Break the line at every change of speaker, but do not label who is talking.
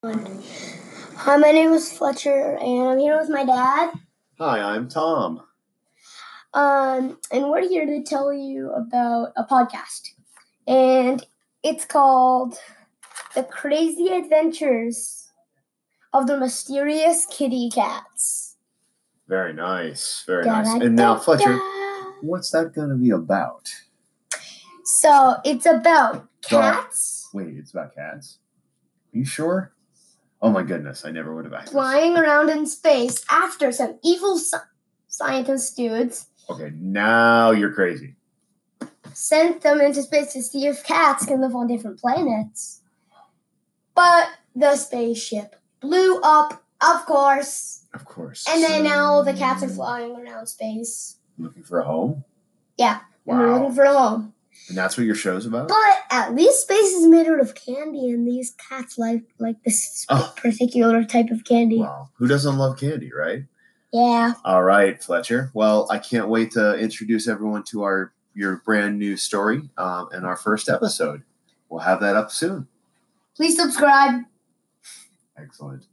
One. Hi, my name is Fletcher, and I'm here with my dad.
Hi, I'm Tom.
Um, and we're here to tell you about a podcast, and it's called "The Crazy Adventures of the Mysterious Kitty Cats."
Very nice. Very
Da,
nice.
da,
And now,
da,
Fletcher,
da.
what's that going to be about?
So it's about
Da.
cats
Wait, it's about cats? Are you sure? Oh my goodness, I never would have asked. this.
flying around in space after some evil sci- scientist dudes
Okay, now you're crazy.
sent them into space to see if cats can live on different planets. But the spaceship blew up, of course,
Of course.
and then now the
So-
cats are flying around space.
Looking for a home?
Yeah, and they're looking
Wow.
for a home.
And that's what your show's about?
But at least space is made out of candy, and these cats like like this
Oh,
particular type of candy.
wow. Who doesn't love candy, right?
Yeah.
All right, Fletcher. Well, I can't wait to introduce everyone to our your brand new story um, and our first episode. We'll have that up soon.
Please subscribe.
Excellent.